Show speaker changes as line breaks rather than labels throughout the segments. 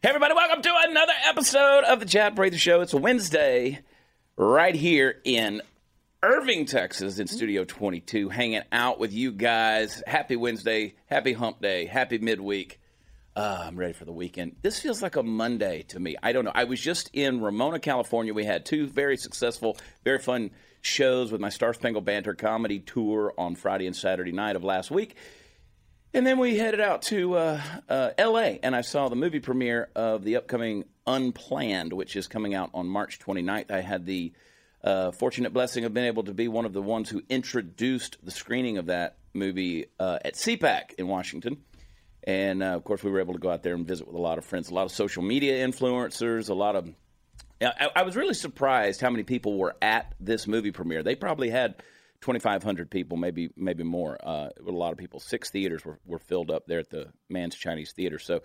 Hey, everybody, welcome to another episode of the Chad Prather Show. It's Wednesday, right here in Irving, Texas, in Studio 22, hanging out with you guys. Happy Wednesday, happy hump day, happy midweek. Uh, I'm ready for the weekend. This feels like a Monday to me. I don't know. I was just in Ramona, California. We had two very successful, very fun shows with my Star Spangled Banter comedy tour on Friday and Saturday night of last week. And then we headed out to uh, uh, L.A. and I saw the movie premiere of the upcoming Unplanned, which is coming out on March 29th. I had the uh, fortunate blessing of being able to be one of the ones who introduced the screening of that movie uh, at CPAC in Washington. And uh, of course, we were able to go out there and visit with a lot of friends, a lot of social media influencers, a lot of. Yeah, I, I was really surprised how many people were at this movie premiere. They probably had 2,500 people, maybe maybe more. Uh, a lot of people. Six theaters were, were filled up there at the Man's Chinese Theater. So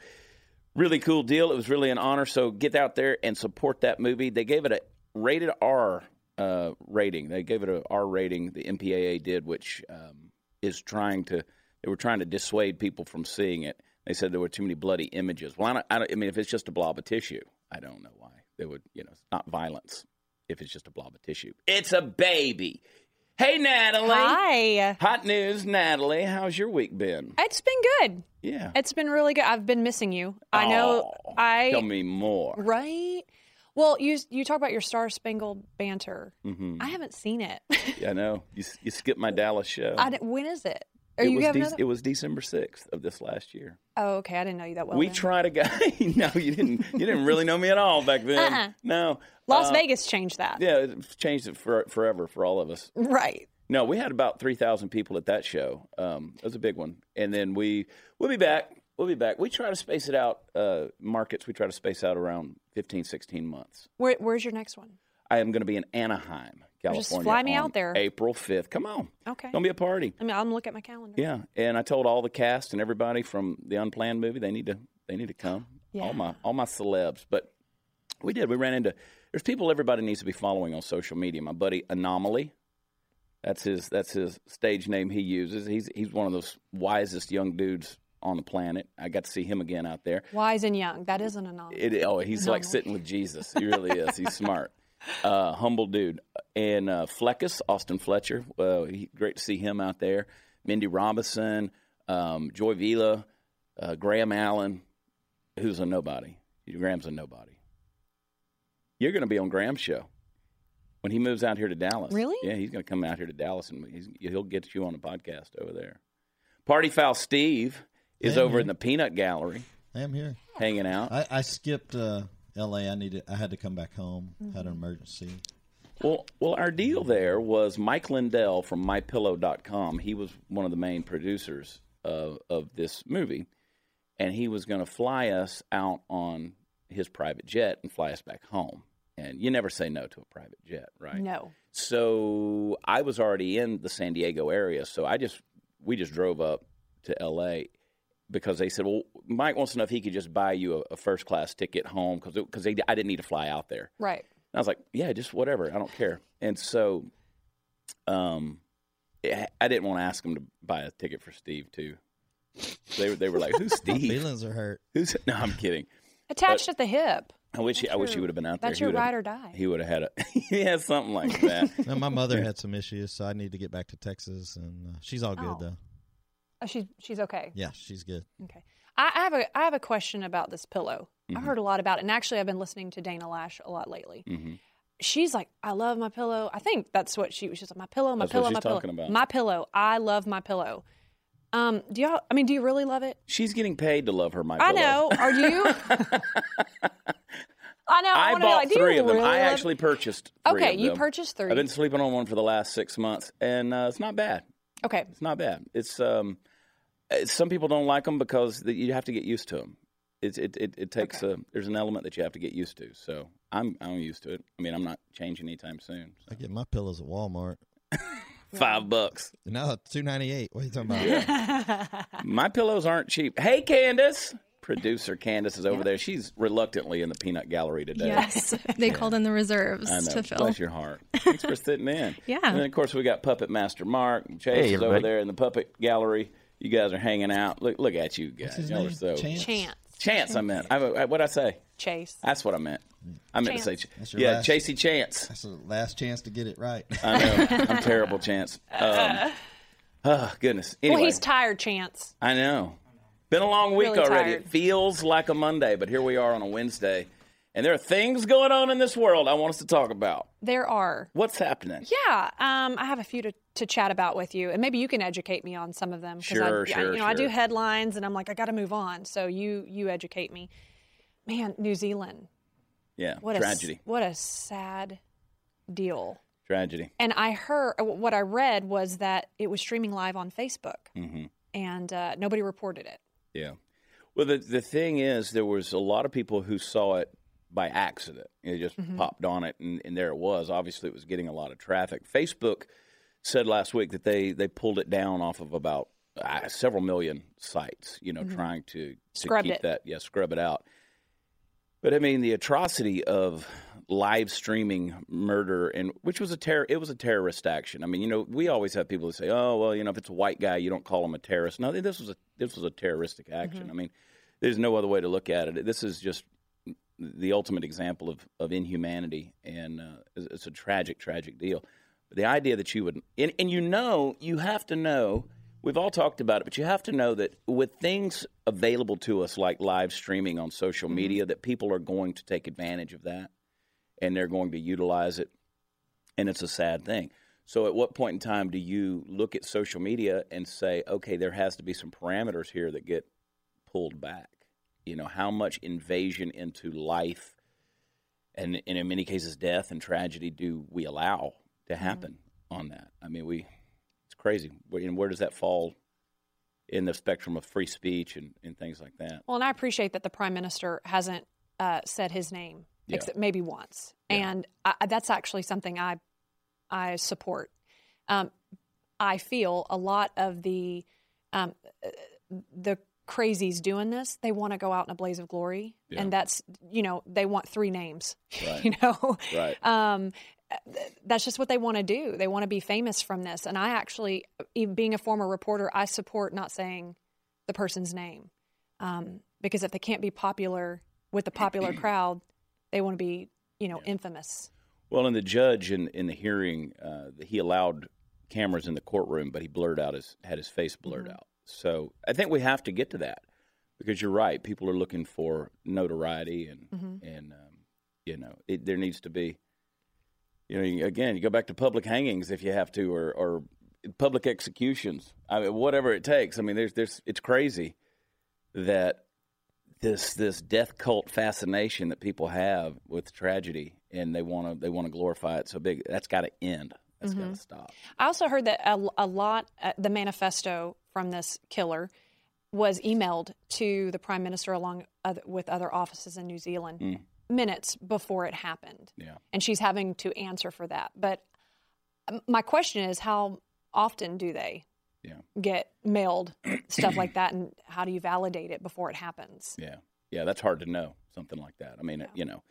really cool deal. It was really an honor. So get out there and support that movie. They gave it a rated R uh, rating. They gave it a R rating. The MPAA did, which um, is trying to they were trying to dissuade people from seeing it. They said there were too many bloody images. Well, I, don't, I, don't, I mean, if it's just a blob of tissue, I don't know why they would. You know, it's not violence if it's just a blob of tissue. It's a baby. Hey, Natalie.
Hi.
Hot news, Natalie. How's your week been?
It's been good.
Yeah.
It's been really good. I've been missing you. I know.
Aw,
I
tell me more.
right. Well, you you talk about your Star Spangled Banter.
Mhm.
I haven't seen it.
Yeah, I know you, s- you skipped my Dallas show.
I didn't- when is it? Are
it
you
was
having
Dec-
another?
it was December sixth of this last year.
oh, okay. I didn't know you that well.
we
then.
tried a guy. no, you didn't. You didn't really know me at all back then.
Uh-uh.
No,
Las
Uh,
Vegas changed that.
Yeah, it changed it for, forever for all of us.
Right.
No, we had about three thousand people at that show. Um, it was a big one, and then we we'll be back. We'll be back. We try to space it out. Uh, markets we try to space out around 15, 16 months.
Where, where's your next one?
I am going to be in Anaheim, California.
Just fly me
on
out there.
April fifth. Come on,
Okay.
gonna be a party.
I mean, I'm looking at my calendar.
Yeah, and I told all the cast and everybody from the unplanned movie they need to they need to come.
Yeah.
All my all my celebs, but we did. We ran into there's people everybody needs to be following on social media. My buddy Anomaly, that's his that's his stage name he uses. He's he's one of those wisest young dudes on the planet. I got to see him again out there.
Wise and young. That isn't an anomaly.
It, oh, he's like
Anomaly.
sitting with Jesus. He really is. He's smart, uh, humble dude. And uh, Fleckus, Austin Fletcher. Well, he, great to see him out there. Mindy Robinson, um, Joy Vila, uh, Graham Allen, who's a nobody. Graham's a nobody. You're going to be on Graham's show when he moves out here to Dallas.
Really?
Yeah, he's going to come out here to Dallas, and he's, he'll get you on a podcast over there. Party foul Steve is
Yeah,
over
man.
in the Peanut Gallery
I am here.
hanging out.
I, I skipped uh, L.A. I needed. I had to come back home. Had
Mm-hmm.
an emergency.
Well, well, our deal there was Mike Lindell from MyPillow.com. He was one of the main producers of, of this movie, and he was going to fly us out on his private jet and fly us back home. And you never say no to a private jet, right?
No.
So I was already in the San Diego area, so I just we just drove up to L.A. because they said, "Well, Mike wants to know if he could just buy you a, a first class ticket home because because I didn't need to fly out there."
Right.
And I was like, yeah, just whatever. I don't care. And so, um, I I didn't want to ask him to buy a ticket for Steve too. They were they were like, who's
My
Steve?
feelings are hurt.
Who's? No, I'm kidding.
Attached at the hip.
I wish he, I wish he
your-
would have been out there.
that's
He
your
would have-
ride or die.
He would have had a yeah something like that.
Now, my mother had some issues, so I need to get back to Texas, and uh, she's all good
Oh.
though.
Oh, she's she's okay.
Yeah, she's good.
Okay. I, I have a I have a question about this pillow.
Mm-hmm.
I've heard a lot about it, and actually, I've been listening to Dana Lash a lot lately.
Mhm.
She's like, I love my pillow. I think that's what she was. She's like, my pillow, my
That's what
pillow,
she's
my pillow,
talking about.
my pillow. I love my pillow. Um, do y'all? I mean, do you really love it?
She's getting paid to love her. My
I
Pillow.
know. Are you? I know. I,
I
want to be
bought
like, do you
three of them.
really
I
love it?
actually purchased. Three
Okay,
of
you
them.
purchased three.
I've been sleeping on one for the last six months, and uh, it's not bad.
Okay.
It's not bad. It's um, uh, some people don't like them because the, you have to get used to them. It it it, it takes a there's an element that you have to get used to. So I'm I'm used to it. I mean I'm not changing anytime soon.
I get my pillows at Walmart.
Five bucks.
No, two ninety eight. What are you talking about?
My pillows aren't cheap. Hey Candace, Producer Candace is over there. She's reluctantly in the peanut gallery today.
Yes, they called in the reserves
I know.
to fill.
Bless your heart. Thanks for sitting in.
Yeah.
And then, of course, we got Puppet Master Mark. Chase
Hey,
is over
everybody.
there in the puppet gallery. You guys are hanging out. Look, look at you guys.
his
Y'all are
name?
so
Chance?
Chance.
Chance, I meant. I, I, what'd I say?
Chase.
That's what I meant. I meant to say, Ch-
That's your
yeah,
last-
Chasey Chance.
That's the last chance to get it right.
I know. I'm terrible, Chance. Um, oh, goodness. Anyway,
Well, he's tired, Chance.
I know. Been a long week
Really
already.
tired.
It feels like a Monday, but here we are on a Wednesday. And there are things going on in this world I want us to talk about.
There are.
What's happening?
Yeah, um, I have a few to, to chat about with you, and maybe you can educate me on some of them. 'cause
Sure,
I, I-
sure,
You know, I do
sure.
headlines, and I'm like, I got to move on. So you you educate me. Man, New Zealand,
Yeah,
what a
tragedy.
s- what a sad deal.
tragedy.
And I heard what I read was that it was streaming live on Facebook, and uh, nobody reported it.
Mm-hmm. Yeah. Well, the the thing is, there was a lot of people who saw it by accident. It just
Mm-hmm.
popped on it, and, and there it was. Obviously, it was getting a lot of traffic. Facebook said last week that they they pulled it down off of about uh, several million sites. You know, trying to, to
Mm-hmm. Scrubbed
keep
it.
that yeah scrub it out. But I mean, the atrocity of live streaming murder, and which was a terror, it was a terrorist action. I mean, you know, we always have people who say, "Oh, well, you know, if it's a white guy, you don't call him a terrorist." No, this was a this was a terroristic
Mm-hmm.
action. I mean, there's no other way to look at it. This is just the ultimate example of of inhumanity, and uh, it's, it's a tragic, tragic deal. But the idea that you would, and, and you know, you have to know. We've all talked about it, but you have to know that with things available to us like live streaming on social media, that people are going to take advantage of that and they're going to utilize it. And it's a sad thing. So, at what point in time do you look at social media and say, okay, there has to be some parameters here that get pulled back? You know, how much invasion into life and, and in many cases, death and tragedy do we allow to happen on that? I mean, we, it's crazy. Where, and where does that fall in the spectrum of free speech and, and things like that?
Well, and I appreciate that the prime minister hasn't uh, said his name,
Yeah.
except maybe once, and I, I- that's actually something I I support. Um, I feel a lot of the um, uh, the crazies doing this. They want to go out in a blaze of glory, and that's you know they want three names.
Right.
You know,
Right.
um, th- that's just what they want to do. They want to be famous from this. And I actually, even being a former reporter, I support not saying the person's name um, because if they can't be popular with the popular crowd, they want to be, you know, infamous.
Well, and the judge in in the hearing, uh, he allowed cameras in the courtroom, but he blurred out his had his face blurred out. So I think we have to get to that because you're right. People are looking for notoriety, and
Mm-hmm.
and um, you know it, there needs to be, you know, you- again, you go back to public hangings if you have to, or or public executions. I mean, whatever it takes. I mean, there's there's it's crazy that this this death cult fascination that people have with tragedy and they want to they want to glorify it so big that's got to end That's got to stop
I also heard that a, a lot, uh, the manifesto from this killer was emailed to the prime minister along other, with other offices in New Zealand minutes before it happened.
Mm. Yeah.
And she's having to answer for that. But um, my question is how often do they
Yeah.
get mailed stuff like that and how do you validate it before it happens?
yeah yeah that's hard to know something like that i mean you know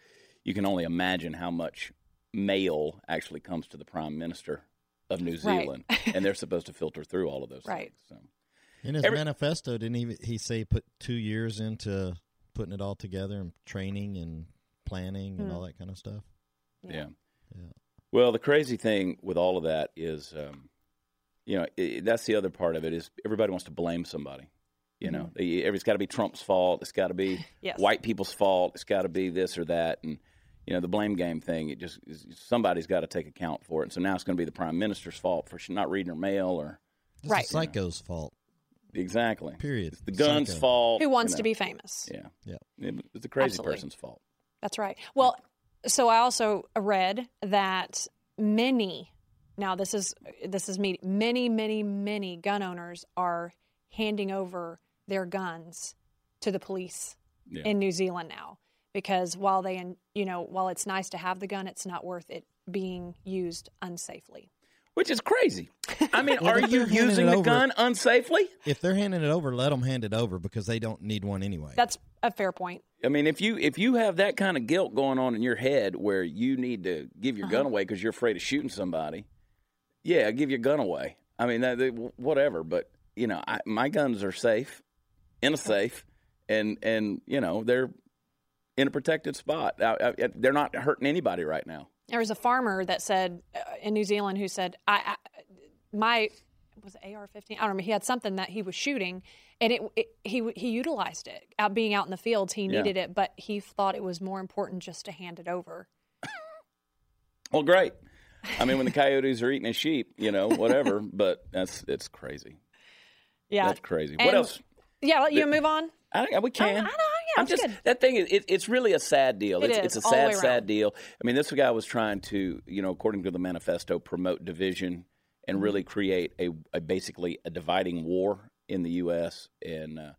you can only imagine how much mail actually comes to the prime minister of new
Right.
zealand and they're supposed to filter through all of those
Right.
things so
In his
Every-
manifesto, didn't even he say he put two years into putting it all together and training and planning
Hmm.
and all that kind of stuff?
Yeah.
Yeah.
Well, the crazy thing with all of that is, um, you know, i that's the other part of it is everybody wants to blame somebody. You know, They- it's got to be Trump's fault. It's got to be
Mm-hmm. Yes.
white people's fault. It's got to be this or that, and you know, the blame game thing. It just is- somebody's got to take account for it. And so now it's going to be the prime minister's fault for sh- not reading her mail or
It's
Right.
the psycho's fault.
exactly.
Period.
It's the gun's
Psycho.
fault.
Who
you
wants
know.
to be famous?
Yeah.
Yeah.
It- It's the crazy
Absolutely.
person's fault.
That's right. Well, so I also read that many now this is this is me many many many gun owners are handing over their guns to the police
Yeah.
in New Zealand now because while they you know while it's nice to have the gun it's not worth it being used unsafely.
which is crazy. I mean,
Well,
are
if
you
they're handing
using
it
the
over-
gun unsafely?
If they're handing it over, let them hand it over because they don't need one anyway.
That's a fair point.
I mean, if you if you have that kind of guilt going on in your head where you need to give
Uh-huh.
your gun away because you're afraid of shooting somebody, yeah, give your gun away. I mean, that, that, whatever. But you know, I, my guns are safe in a safe, and and you know they're in a protected spot. I, I, they're not hurting anybody right now.
There was a farmer that said uh, in New Zealand who said, "I, I my was it AR-15. I don't remember. He had something that he was shooting, and it, it he he utilized it out being out in the fields. He
Yeah.
needed it, but he thought it was more important just to hand it over.
Well, great. I mean, when the coyotes are eating a sheep, you know, whatever. but that's it's crazy.
Yeah,
That's crazy. what
And-
else?
yeah. Let you move on.
I think we can.
Oh, I know, yeah,
I'm
it's
just
good.
that thing. is- It, it's really a sad deal.
It
it's, it's
is,
a
all the
sad,
way
sad
around.
deal. I mean, this guy was trying to, you know, according to the manifesto, promote division and
Mm-hmm.
really create a, a basically a dividing war in the U.S. And uh,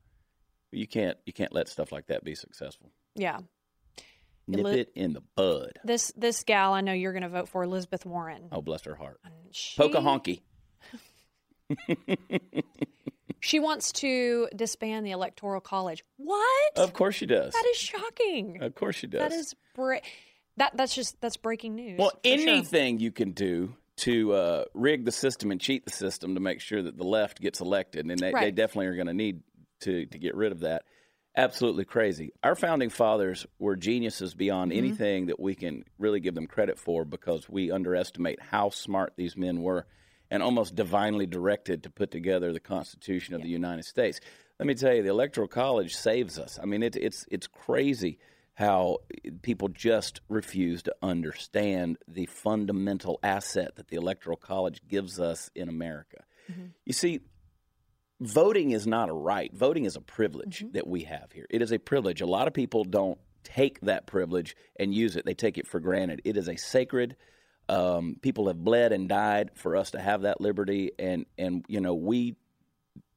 you can't you can't let stuff like that be successful.
Yeah,
Nip
Eli-
it in the bud.
this this gal I know you're going to vote for, Elizabeth Warren.
Oh, bless her heart.
She-
Pocahonky.
She wants to disband the Electoral College. What?
Of course she does.
that is shocking.
of course she does.
That is bra- that that's just that's breaking news.
Well,
for sure.
anything you can do to uh, rig the system and cheat the system to make sure that the left gets elected, and they, they
Right.
definitely are going to need to to get rid of that. Absolutely crazy. Our founding fathers were geniuses beyond anything that we can really give them credit for because we underestimate how smart these men were and almost divinely directed to put together the Constitution of the United States. Let me tell you, the Electoral College saves us. I mean, it, it's it's crazy how people just refuse to understand the fundamental asset that the Electoral College gives us in America. You see, voting is not a right. Voting is a privilege that we have here. It is a privilege. A lot of people don't take that privilege and use it, they take it for granted. It is a sacred. Um, people have bled and died for us to have that liberty, and and you know we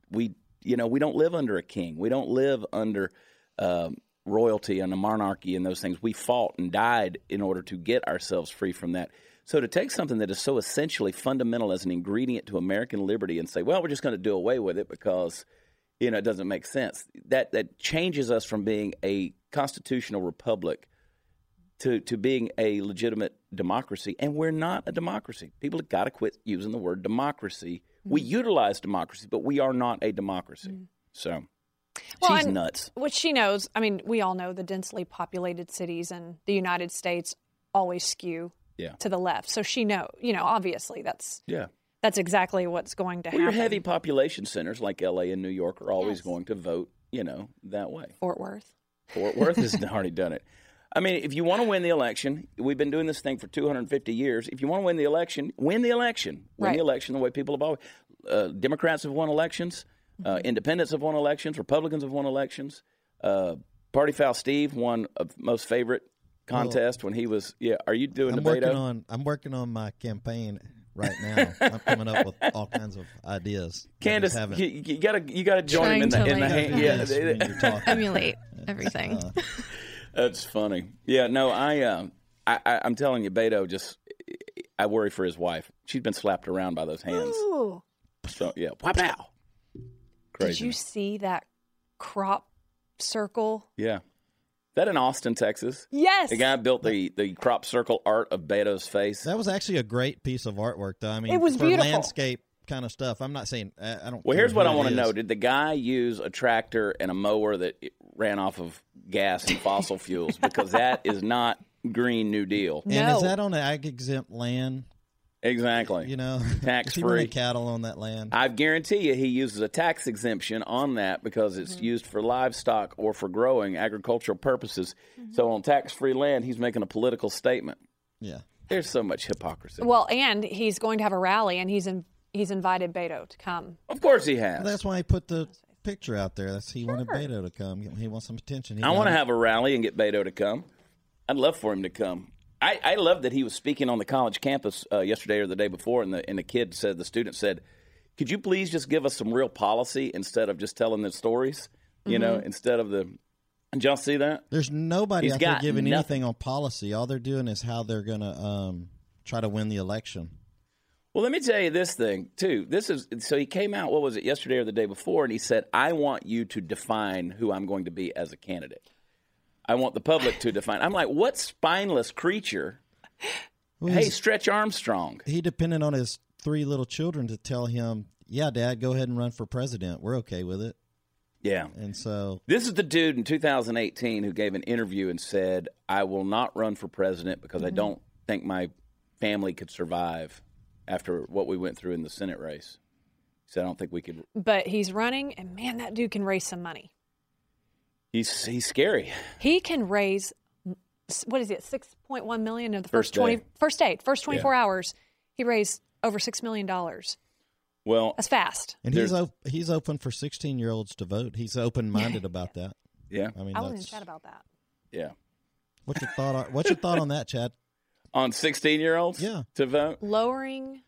we you know we don't live under a king. We don't live under um, royalty and a monarchy and those things. We fought and died in order to get ourselves free from that. So to take something that is so essentially fundamental as an ingredient to American liberty and say, well, we're just going to do away with it because you know it doesn't make sense. That that changes us from being a constitutional republic to, to being a legitimate democracy, and we're not a democracy. People have got to quit using the word democracy.
Mm-hmm.
We utilize democracy, but we are not a democracy. So
Well,
she's
and-
nuts.
which she knows. I mean, we all know the densely populated cities in the United States always skew
Yeah.
to the left. So she know, you know, obviously that's
Yeah.
that's exactly what's going to
Well, your
happen.
heavy population centers like LA and New York are always
Yes.
going to vote, you know, that way.
Fort Worth.
Fort Worth has already done it. I mean, if you want to win the election, we've been doing this thing for 250 years. If you want to win the election, win the election. Win
Right.
the election the way people have always. Uh, Democrats have won elections. Uh,
Mm-hmm.
independents have won elections. Republicans have won elections. Uh, Party foul Steve won a most favorite contest when he was. Yeah, are you doing
Oh. I'm
debate?
working on I'm working on my campaign right now. I'm coming up with all kinds of ideas. I just
Candace,
haven't-
you, you gotta you gotta join him in the
Trying to
in the
like-
hand.
Yes, when
Yeah,
you're talking.
Emulate
Uh,
everything.
That's funny. Yeah, no, I, um, I, I, I'm telling you, Beto just, I worry for his wife. She's been slapped around by those hands.
Ooh,
So yeah, wow,
did
crazy.
you see that crop circle?
Yeah, that in Austin, Texas.
Yes.
The guy built the the crop circle art of Beto's face.
That was actually a great piece of artwork, though. I mean,
It was
for
beautiful.
landscape kind of stuff. I'm not saying I, I don't.
Well,
care
here's what I
who it
want to
is.
know: Did the guy use a tractor and a mower that it ran off of gas and fossil fuels? Because that is not Green New Deal.
And
no.
is that on an ag exempt land?
Exactly.
You know,
Tax
If he wanted
free.
cattle on that land.
I guarantee you he uses a tax exemption on that because it's used for livestock or for growing agricultural purposes. So on tax free land, he's making a political statement.
yeah,
There's so much hypocrisy.
well, and he's going to have a rally, and he's in, he's invited Beto to come.
of course he has.
that's why he put the picture out there. That's he wanted Beto to come. He wants some attention. He
I
got
want to
it.
have a rally and get Beto to come. I'd love for him to come. I, I love that he was speaking on the college campus uh, yesterday or the day before, and the and the kid said the student said, "Could you please just give us some real policy instead of just telling the stories? You know, instead of the." Did y'all see that?
There's nobody
He's
out there
got
giving
nothing.
anything on policy. All they're doing is how they're going to um, try to win the election.
Well, let me tell you this thing too. This is so he came out. What was it yesterday or the day before? And he said, "I want you to define who I'm going to be as a candidate. I want the public to define." I'm like, what spineless creature?
Well,
hey,
he's-
Stretch Armstrong.
he depended on his three little children to tell him, "Yeah, Dad, go ahead and run for president. We're okay with it."
Yeah.
And so,
This is the dude in 2018 who gave an interview and said, "I will not run for president because I don't think my family could survive after what we went through in the Senate race." He said, "I don't think we could."
But he's running, and man, that dude can raise some money.
He's he's scary.
He can raise what is it, six point one million of the
First
first, twenty
day.
first day, first twenty four hours. He raised over six million dollars.
Well,
That's fast.
and
There's-
he's op- he's open for sixteen year olds to vote. He's open minded about that.
yeah,
I mean,
I wasn't
that's,
chat about that.
yeah.
what's your thought? On, what's your thought on that, Chad?
On 16 year olds,
Yeah.
to vote.
Lowering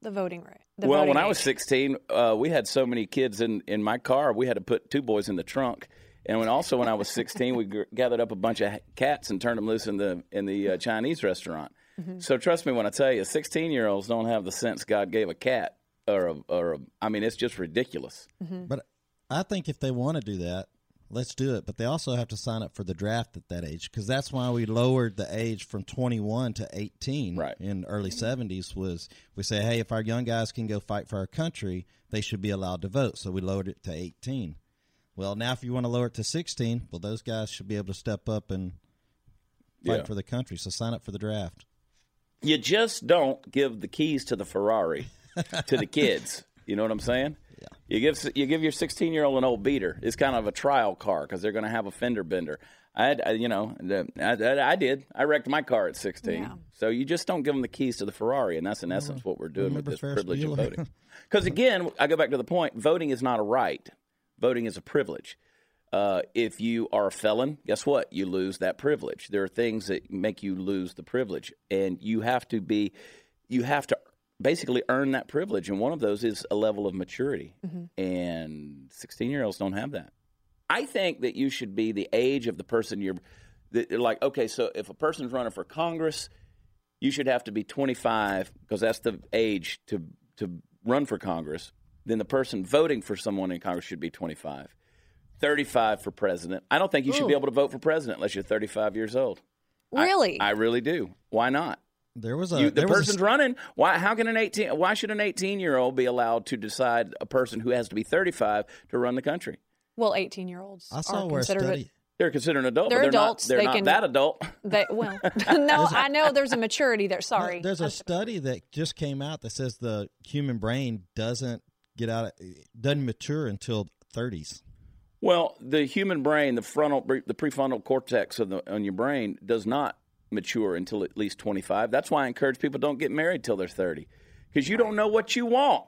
the voting rate. the
well,
voting
when I
age.
was 16, uh, we had so many kids in, in my car, we had to put two boys in the trunk. And when also when I was 16, we gr- gathered up a bunch of ha- cats and turned them loose in the in the uh, Chinese restaurant.
Mm-hmm.
So trust me when I tell you, 16 year olds don't have the sense God gave a cat or a, or a, I mean, it's just ridiculous.
But I think if they want to do that, let's do it. But they also have to sign up for the draft at that age because that's why we lowered the age from 21 to 18
Right.
in early 70s was we say, hey, if our young guys can go fight for our country, they should be allowed to vote. So we lowered it to 18. Well, now if you want to lower it to 16, well, those guys should be able to step up and fight
Yeah.
for the country. So sign up for the draft.
You just don't give the keys to the Ferrari to the kids. You know what I'm saying? Yeah. You give you give your 16 year old an old beater. It's kind of a trial car because they're going to have a fender bender. I, had- I you know, the- I, I, I did. I wrecked my car at 16. So you just don't give them the keys to the Ferrari, and that's in essence what we're doing with
remember
this
Ferris
privilege
Bueller?
of voting. Because again, I go back to the point: voting is not a right. Voting is a privilege. Uh, if you are a felon, guess what? You lose that privilege. There are things that make you lose the privilege, and you have to be, you have to basically earn that privilege. And one of those is a level of maturity, and sixteen-year-olds don't have that. I think that you should be the age of the person you're. That you're like, okay, so if a person's running for Congress, you should have to be 25 because that's the age to to run for Congress. Then the person voting for someone in Congress should be 25. 35 for president. I don't think you should be able to vote for president unless you're 35 years old. I-
Really?
I, really do. Why not?
There was a
you, the
there was a
person's running. Why? How can an 18? Why should an 18 year old be allowed to decide a person who has to be 35 to run the country?
well, eighteen year olds
I saw
are
where a
considered
study.
They're considered an adult.
They're
but they're
adults.
Not, they're
They
not
can-
that adult.
They well, no, I know there's a maturity there.
Well,
Sorry,
There's a study that just came out that says the human brain doesn't get out, of, doesn't mature until 30s.
Well, the human brain, the frontal, the prefrontal cortex of the on your brain does not mature until at least twenty five. That's why I encourage people don't get married till they're thirty, because you don't know what you want.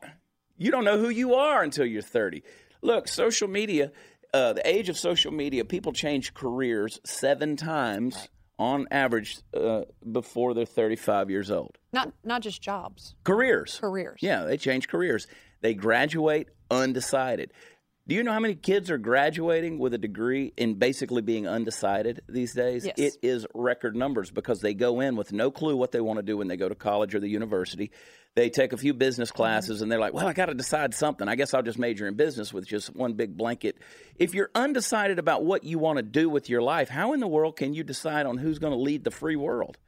You don't know who you are until you're thirty. Look, social media, uh, the age of social media, people change careers seven times on average uh, before they're thirty five years old.
not not just jobs,
Careers.
careers.
Yeah, they change careers. They graduate undecided. Do you know how many kids are graduating with a degree in basically being undecided these days?
Yes.
It is record numbers because they go in with no clue what they want to do when they go to college or the university. They take a few business classes and they're like, well, I got to decide something. I guess I'll just major in business with just one big blanket. If you're undecided about what you want to do with your life, how in the world can you decide on who's going to lead the free world?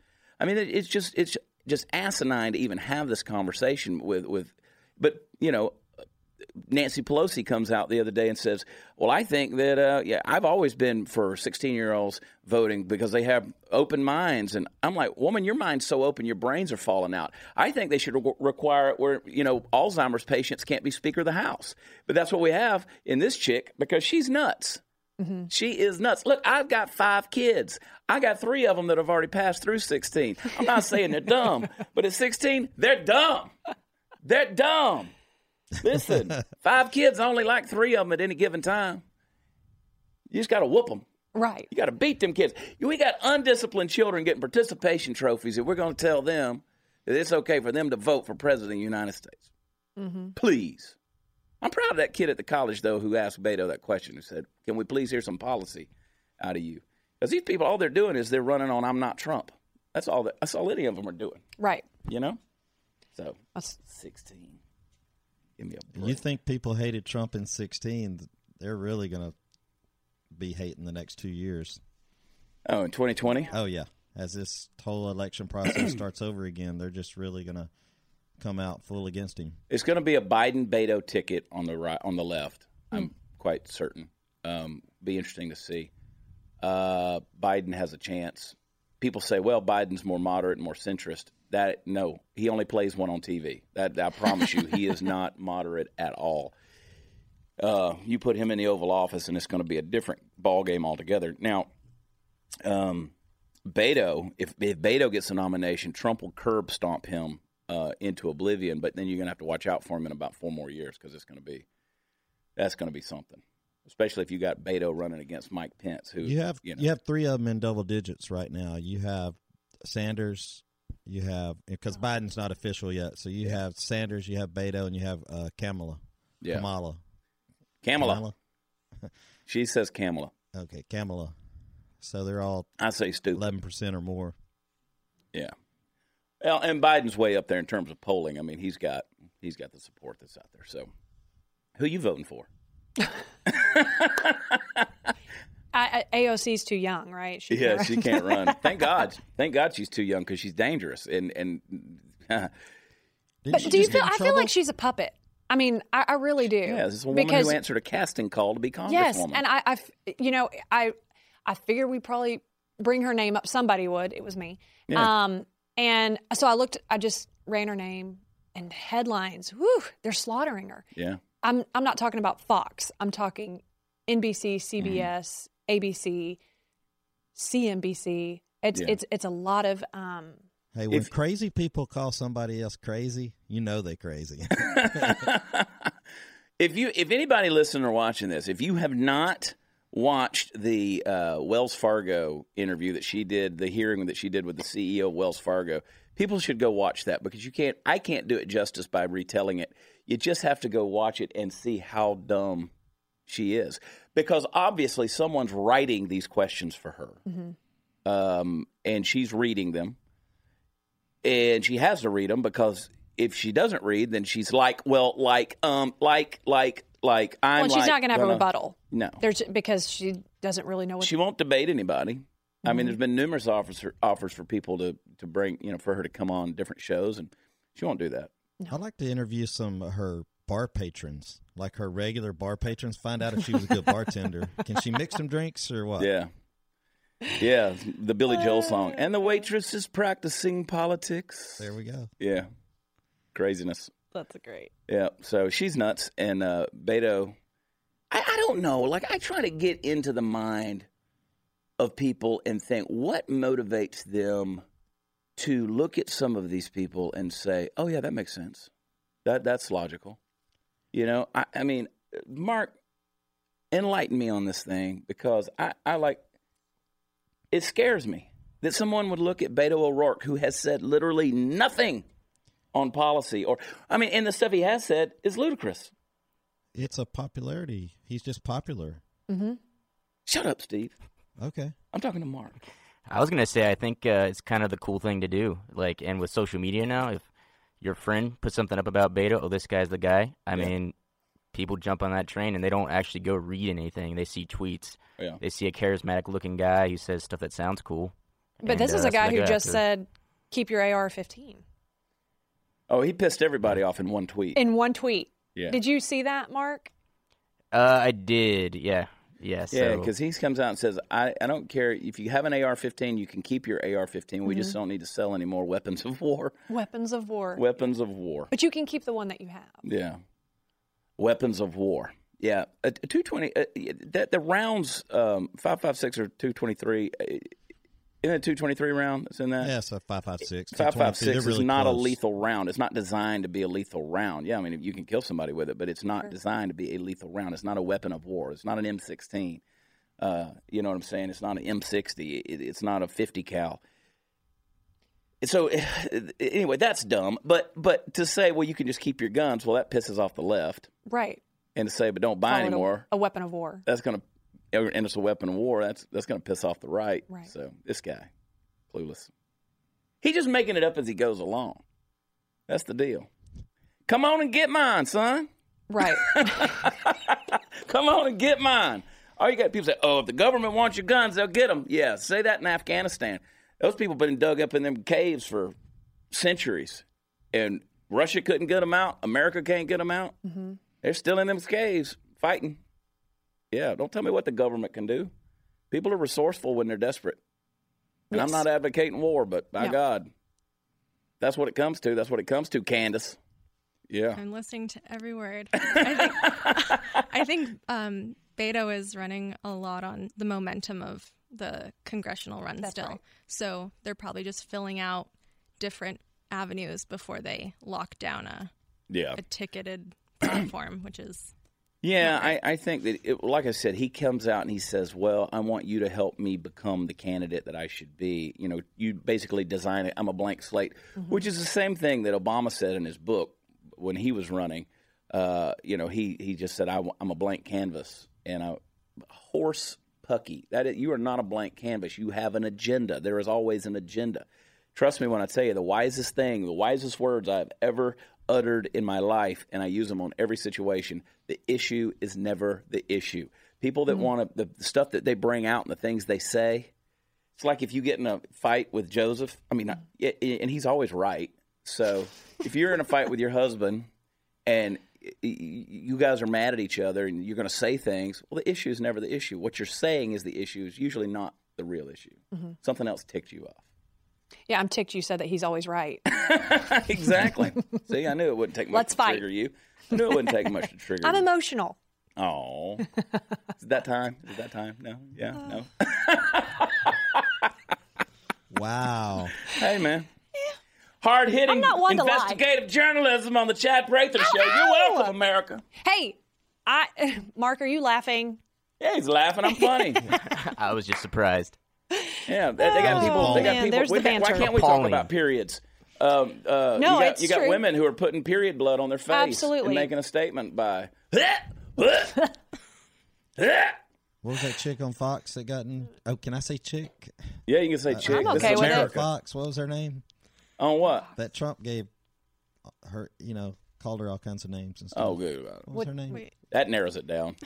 I mean, it- it's just it's just asinine to even have this conversation with with. But you know, Nancy Pelosi comes out the other day and says, "Well, I think that uh, yeah, I've always been for 16 year olds voting because they have open minds." And I'm like, "Woman, your mind's so open, your brains are falling out. I think they should re- require it where you know Alzheimer's patients can't be Speaker of the House, but that's what we have in this chick because she's nuts." She is nuts. Look, I've got five kids. I got three of them that have already passed through 16. I'm not saying they're dumb, but at 16, they're dumb. They're dumb. Listen, five kids, I only like three of them at any given time. You just got to whoop them.
Right.
You got to beat them kids. We got undisciplined children getting participation trophies, and we're going to tell them that it's okay for them to vote for president of the United States. Please. I'm proud of that kid at the college, though, who asked Beto that question and said, Can we please hear some policy out of you? Because these people, all they're doing is they're running on, I'm not Trump. That's all, that, that's all any of them are doing,
Right.
you know? So
That's-
16. Give me a
You
break.
think people hated Trump in 16? They're really going to be hating the next two years.
Oh, in 2020?
Oh, yeah. As this whole election process starts over again, they're just really going to come out full against him.
It's going to be a Biden Beto ticket on the right on the left. I'm quite certain. Um, be interesting to see. Uh, Biden has a chance. People say, "Well, Biden's more moderate and more centrist." That no, he only plays one on TV. That I promise you, he is not moderate at all. Uh, you put him in the Oval Office, and it's going to be a different ball game altogether. Now, um, Beto, if, if Beto gets the nomination, Trump will curb stomp him uh, into oblivion. But then you're going to have to watch out for him in about four more years because it's going to be that's going to be something, especially if you got Beto running against Mike Pence, who
You have you,
you know,
have three of them in double digits right now. You have Sanders, you have because Biden's not official yet, so you have Sanders, you have Beto, and you have uh, Kamala.
yeah.
Kamala.
Kamala. She says Kamala.
Okay, Kamala. So they're all
I say stupid.
eleven percent or more.
Yeah. Well, and Biden's way up there in terms of polling. I mean, he's got he's got the support that's out there. So, who you voting for?
I, I, AOC's too young, right? She
Yeah,
can't-
she can't run. Thank God. Thank God she's too young because she's dangerous. And and yeah,
Didn't
But
she
do you
just get
feel?
in
I feel
trouble?
like she's a puppet. I mean, I, I really do.
this is a woman
because
who answered a casting call to be congresswoman.
yes, and I, I f- you know, I, I figured we probably bring her name up. Somebody would. It was me.
Yeah.
Um, and so I looked. I just ran her name and headlines. Whew, they're slaughtering her.
yeah,
I'm I'm not talking about Fox. I'm talking NBC, CBS, ABC, CNBC. It's
Yeah.
it's it's a lot of um
Hey, when
If-
crazy people call somebody else crazy, you know they crazy.
if you if anybody listening or watching this, if you have not watched the uh, Wells Fargo interview that she did, the hearing that she did with the CEO of Wells Fargo, people should go watch that because you can't I can't do it justice by retelling it. You just have to go watch it and see how dumb she is because obviously someone's writing these questions for her.
Mm-hmm.
Um, and she's reading them and she has to read them because if she doesn't read, then she's like, well, like, um, like, like, like, I'm.
well, and she's
like
not going to have a
gonna-
rebuttal.
No,
There's because she doesn't really know what
she won't debate anybody. I
Mm-hmm.
mean, there's been numerous offers offers for people to to bring, you know, for her to come on different shows, and she won't do that.
I'd like to interview some of her bar patrons, like her regular bar patrons, find out if she was a good bartender. Can she mix some drinks or what?
Yeah, yeah, the Billy Joel song, and the waitress is practicing politics.
There we go.
Yeah, craziness.
that's great.
Yeah, so she's nuts, and uh, Beto, I, I don't know. Like, I try to get into the mind of people and think what motivates them to look at some of these people and say, "Oh yeah, that makes sense. That that's logical." You know, I, I mean, Mark, enlighten me on this thing because I, I like it scares me that someone would look at Beto O'Rourke, who has said literally nothing on policy, or I mean, and the stuff he has said is ludicrous.
It's a popularity. He's just popular.
Shut up, Steve.
Okay.
I'm talking to Mark.
I was gonna say I think uh, it's kind of the cool thing to do. Like, and with social media now, if your friend puts something up about Beta, oh, this guy's the guy. I mean, people jump on that train and they don't actually go read anything. They see tweets.
Yeah.
They see a charismatic-looking guy who says stuff that sounds cool.
But
And,
this
uh,
is a
that's
guy
what
who
they go
just
after.
said, "Keep your AR-15."
Oh, he pissed everybody off in one tweet.
In one tweet,
yeah.
did you see that, Mark?
Uh, I did. Yeah. Yeah.
Yeah,
So,
because he comes out and says, I, I don't care. If you have an AR 15, you can keep your AR 15. We
Mm-hmm.
just don't need to sell any more weapons of war.
Weapons of war.
Weapons of war.
but you can keep the one that you have.
Yeah. Weapons of war. Yeah. A, a 220, uh, that, the rounds, um, 556 or 223, uh, isn't it a 223 round that's in that?
Yeah, so 556.
Uh, Five five
222, they're
six is
really
not a
close.
lethal round. It's not designed to be a lethal round. Yeah, I mean you can kill somebody with it, but it's not designed to be a lethal round. It's not a weapon of war. It's not an M sixteen. Uh, you know what I'm saying? It's not an M sixty. It, it's not a fifty cal. So anyway, that's dumb. But but to say well you can just keep your guns, well that pisses off the left,
Right.
and to say but don't buy
Call it a-
anymore,
A, weapon of war.
that's gonna and it's a weapon of war. That's that's gonna piss off the right.
Right.
So this guy, clueless. He's just making it up as he goes along. That's the deal. Come on and get mine, son.
Right.
Come on and get mine. All you got people say, oh, if the government wants your guns, they'll get them. Yeah, say that in Afghanistan. Those people been dug up in them caves for centuries, and Russia couldn't get them out. America can't get them out. They're still in them caves fighting. Yeah, don't tell me what the government can do. People are resourceful when they're desperate. And I'm
Yes.
not advocating war, but by
No.
God, that's what it comes to. That's what it comes to, Candace. Yeah.
I'm listening to every word. I think, I think um, Beto is running a lot on the momentum of the congressional run
That's
still.
right.
So they're probably just filling out different avenues before they lock down a,
Yeah.
a ticketed platform, which is
Yeah, I, I think that, it, like I said, he comes out and he says, Well, I want you to help me become the candidate that I should be. You know, you basically design it. I'm a blank slate, which is the same thing that Obama said in his book when he was running. Uh, you know, he, he just said, I, am a blank canvas. And I, horse pucky, that is, you are not a blank canvas. You have an agenda. There is always an agenda. Trust me when I tell you the wisest thing, the wisest words I've ever uttered in my life, and I use them on every situation. The issue is never the issue. People that want to, the stuff that they bring out and the things they say, it's like if you get in a fight with Joseph. I mean, I- and he's always right. So if you're in a fight with your husband and y- y- you guys are mad at each other and you're going to say things, well, the issue is never the issue. What you're saying is the issue is usually not the real issue. Something else ticked you off.
yeah, I'm ticked you said that he's always right.
exactly. See, I knew it wouldn't take much
Let's
to
fight.
trigger you. I knew it wouldn't take much to trigger
I'm
you.
emotional.
Oh, is that time? Is that time? No. Yeah.
Uh,
No.
Wow.
Hey, man. Hard hitting
I'm not one to lie.
investigative journalism on the Chad Prather show. You're welcome, America.
Hey, I Mark, are you laughing?
Yeah, he's laughing. I'm funny.
I was just surprised.
Yeah, they, they got people. They got
Oh, man,
people.
there's
we
the
can't- why
banter.
can't we talk
Appalling.
about periods? Um, uh,
No,
you got,
it's
you got
true.
women who are putting period blood on their face and
Absolutely.
making a statement by. yeah,
What was that chick on Fox that got in? Oh, can I say chick?
you can say chick.
Uh, I'm
this
okay
is
with it.
America.
Fox. What was her name?
On what?
That Trump gave her, you know, called her all kinds of
Uh,
names and stuff.
Oh, good. about it.
What was her name?
wait.
That narrows it down.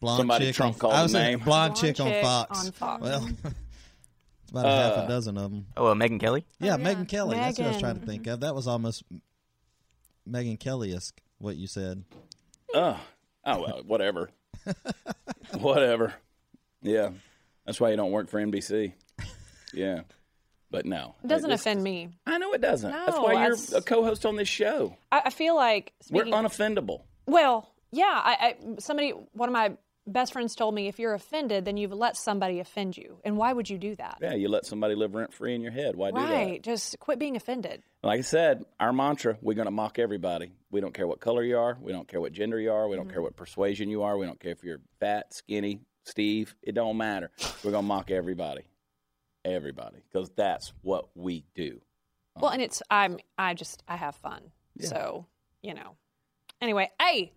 Blonde
Somebody
chick.
Trump
on,
called
I was
the
saying
name.
Blonde,
Blonde
chick, on
chick
Fox.
on Fox.
Well, it's about half a dozen of them.
Oh, uh, Megan Kelly.
Yeah, Megan Kelly. That's what I was trying
Megyn.
to think of. That was almost Megan Kelly-esque. What you said.
Oh, oh well, whatever. whatever. Yeah. That's why you don't work for NBC. Yeah. But no.
It doesn't
This-
offend me.
I know it doesn't. that's
No,
why you're
that's-
a co host on this show.
I, I feel like speaking,
We're unoffendable.
well, yeah. I, I somebody, one of my best friends told me if you're offended, then you've let somebody offend you, and why would you do that?
Yeah, you let somebody live rent free in your head. Why do
right? Just quit being offended.
that? Like I said, our mantra we're going to mock everybody. We don't care what color you are. We don't care what gender you are. We don't
Mm-hmm.
care what persuasion you are. We don't care if you're fat, skinny, Steve. It don't matter. We're going to mock everybody. Everybody. Because that's what we do.
Well, and it's I'm I just I have fun. So, you know. Anyway, hey,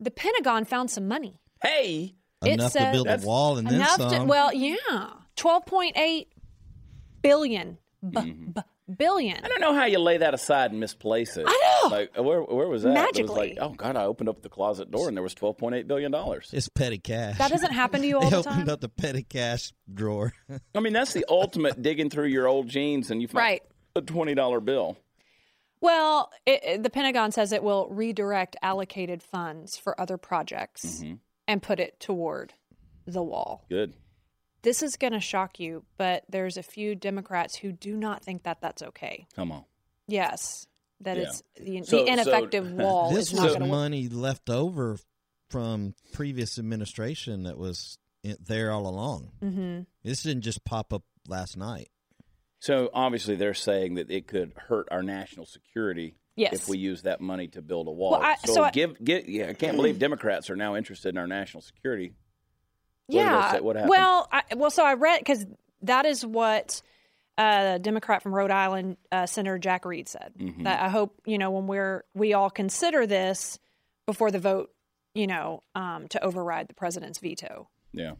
the Pentagon found some money.
Hey,
It
Enough to
said-
build a
That's-
wall and then
Enough
some.
to well, yeah. 12.8 billion. B-
Mm-hmm.
b- billion.
I don't know how you lay that aside and misplace it.
I know.
Like uh, where where was that? It was like,
Magically.
oh god, I opened up the closet door and there was twelve point eight billion dollars.
It's petty cash.
That doesn't happen to you all
they
the
opened
time.
up the petty cash drawer.
I mean, that's the ultimate digging through your old jeans and you find
Right.
a twenty dollar bill.
Well, it, it- the Pentagon says it will redirect allocated funds for other projects
Mm-hmm.
and put it toward the wall.
Good.
This is going to shock you, but there's a few Democrats who do not think that that's okay.
Come on.
Yes, that
Yeah.
it's the,
So- so-
the ineffective wall
this
is not
was
going to work.
money left over from previous administration that was in, there all along.
hmm
This didn't just pop up last night.
So obviously they're saying that it could hurt our national security
Yes.
if we use that money to build a wall.
Well, I-
so,
so I-
give get yeah, I can't believe Democrats are now interested in our national security. What did they
yeah.
say? What happened?
well, I, well, so I read because that is what uh, Democrat from Rhode Island uh, Senator Jack Reed said.
Mm-hmm.
That I hope you know when we're we all consider this before the vote, you know, um, to override the president's veto.
Yeah.